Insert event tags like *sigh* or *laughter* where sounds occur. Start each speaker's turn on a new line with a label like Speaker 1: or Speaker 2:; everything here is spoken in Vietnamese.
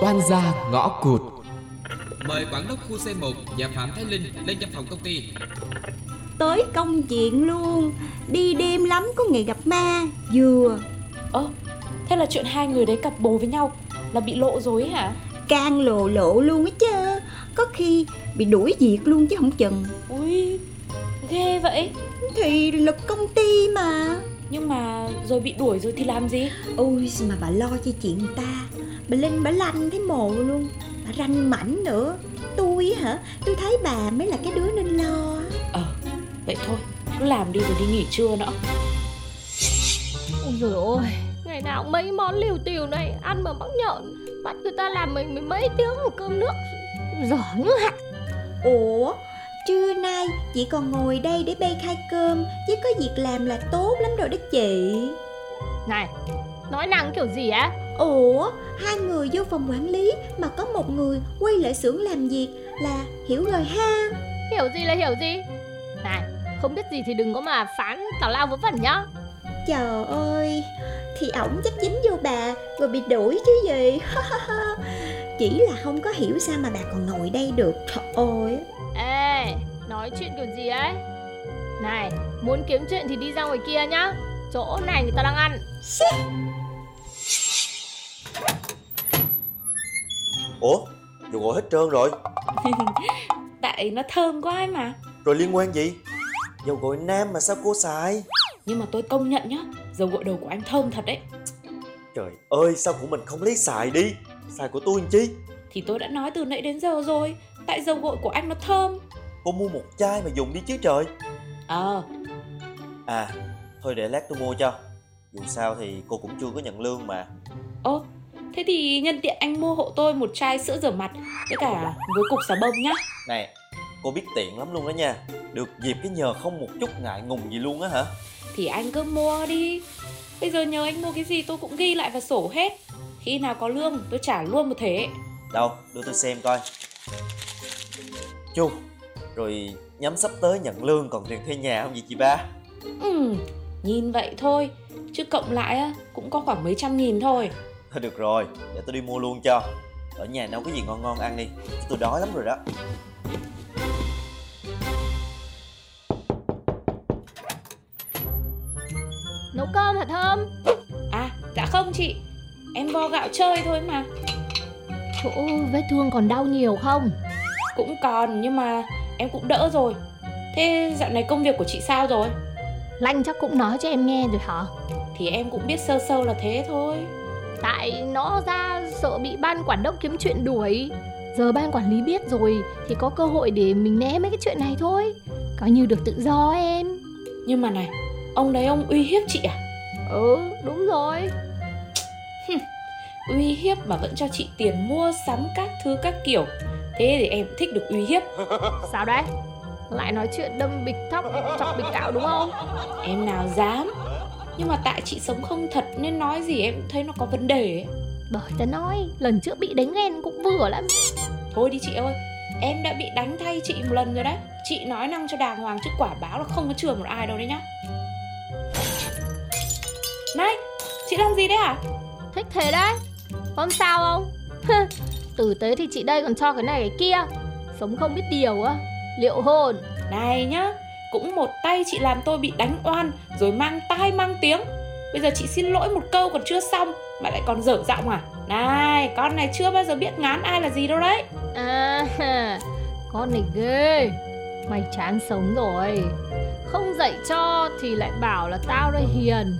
Speaker 1: Oan gia ngõ cụt
Speaker 2: Mời quản đốc khu C1 và Phạm Thái Linh lên văn phòng công ty
Speaker 3: Tới công chuyện luôn Đi đêm lắm có ngày gặp ma Vừa
Speaker 4: Ơ, thế là chuyện hai người đấy cặp bồ với nhau là bị lộ rồi ấy hả?
Speaker 3: Can lồ lộ luôn á chứ Có khi bị đuổi việc luôn chứ không chừng
Speaker 4: Ui, ghê vậy.
Speaker 3: Thì lực công ty mà
Speaker 4: Nhưng mà rồi bị đuổi rồi thì làm gì?
Speaker 3: Ôi mà bà lo cho chuyện người ta Bà Linh bà lanh thấy mồ luôn Bà ranh mảnh nữa Tôi á hả Tôi thấy bà mới là cái đứa nên lo
Speaker 4: Ờ, vậy thôi, cứ làm đi rồi đi nghỉ trưa nữa.
Speaker 5: Ôi dồi ôi Ngày nào cũng mấy món liều tiều này Ăn mà mắc nhợn Bắt người ta làm mình mới mấy tiếng một cơm nước Giỏ như hạt
Speaker 3: Ủa Trưa nay chị còn ngồi đây để bê khai cơm Chứ có việc làm là tốt lắm rồi đó chị
Speaker 5: Này Nói năng kiểu gì á
Speaker 3: Ủa Hai người vô phòng quản lý Mà có một người quay lại xưởng làm việc Là hiểu rồi ha
Speaker 5: Hiểu gì là hiểu gì Này Không biết gì thì đừng có mà phán tào lao vớ vẩn nhá
Speaker 3: Trời ơi Thì ổng chắc dính vô bà Rồi bị đuổi chứ gì *laughs* Chỉ là không có hiểu sao mà bà còn ngồi đây được Trời ơi
Speaker 5: Ê Nói chuyện kiểu gì ấy Này Muốn kiếm chuyện thì đi ra ngoài kia nhá Chỗ này người ta đang ăn
Speaker 6: Ủa, đồ ngồi hết trơn rồi
Speaker 4: Tại nó thơm quá ấy mà.
Speaker 6: Rồi liên quan gì? Dầu gội nam mà sao cô xài?
Speaker 4: Nhưng mà tôi công nhận nhá, dầu gội đầu của anh thơm thật đấy.
Speaker 6: Trời ơi, sao của mình không lấy xài đi? Xài của tôi làm chi?
Speaker 4: Thì tôi đã nói từ nãy đến giờ rồi, tại dầu gội của anh nó thơm.
Speaker 6: Cô mua một chai mà dùng đi chứ trời
Speaker 4: Ờ,
Speaker 6: À, thôi để lát tôi mua cho Dù sao thì cô cũng chưa có nhận lương mà
Speaker 4: ơ, thế thì nhân tiện anh mua hộ tôi một chai sữa rửa mặt với cả với cục xà bông nhá.
Speaker 6: Này, cô biết tiện lắm luôn đó nha Được dịp cái nhờ không một chút ngại ngùng gì luôn á hả?
Speaker 4: Thì anh cứ mua đi. Bây giờ nhờ anh mua cái gì tôi cũng ghi lại vào sổ hết. Khi nào có lương tôi trả luôn một thể.
Speaker 6: Đâu, đưa tôi xem coi Chu, rồi nhắm sắp tới nhận lương còn tiền thuê nhà không vậy chị ba?
Speaker 4: Ừ, nhìn vậy thôi, chứ cộng lại á, cũng có khoảng mấy trăm nghìn thôi.
Speaker 6: Thôi được rồi, để tôi đi mua luôn cho Ở nhà nấu cái gì ngon ngon ăn đi Chứ Tôi đói lắm rồi đó
Speaker 5: Nấu cơm hả Thơm
Speaker 4: À, dạ không chị, em vo gạo chơi thôi mà.
Speaker 5: Chỗ vết thương còn đau nhiều không
Speaker 4: Cũng còn nhưng mà em cũng đỡ rồi. Thế dạo này công việc của chị sao rồi?
Speaker 5: Lanh chắc cũng nói cho em nghe rồi hả
Speaker 4: Thì em cũng biết sơ sơ là thế thôi.
Speaker 5: Tại nó ra sợ bị ban quản đốc kiếm chuyện đuổi Giờ ban quản lý biết rồi Thì có cơ hội để mình né mấy cái chuyện này thôi Coi như được tự do em
Speaker 4: Nhưng mà này, ông đấy ông uy hiếp chị à?
Speaker 5: Ừ đúng rồi
Speaker 4: Uy hiếp mà vẫn cho chị tiền mua sắm các thứ các kiểu. Thế thì em thích được uy hiếp.
Speaker 5: Sao đấy Lại nói chuyện đâm bịch thóc chọc bịch cạo đúng không
Speaker 4: Em nào dám. Nhưng mà tại chị sống không thật nên nói gì em cũng thấy nó có vấn đề ấy.
Speaker 5: Bởi ta nói lần trước bị đánh ghen cũng vừa lắm
Speaker 4: Thôi đi chị ơi Em đã bị đánh thay chị một lần rồi đấy Chị nói năng cho đàng hoàng chứ quả báo là không có chừa một ai đâu đấy nhá Này Chị làm gì đấy à
Speaker 5: Thích thế đấy Không sao *laughs* không Hừ, Tử tế thì chị đây còn cho cái này cái kia Sống không biết điều á Liệu hồn
Speaker 4: Này nhá Cũng một tay chị làm tôi bị đánh oan Rồi mang tai mang tiếng Bây giờ chị xin lỗi một câu còn chưa xong Mà lại còn dở giọng à Này con này chưa bao giờ biết ngán ai là gì đâu đấy
Speaker 5: À, *laughs* ha, con này ghê Mày chán sống rồi Không dạy cho thì lại bảo là tao đây hiền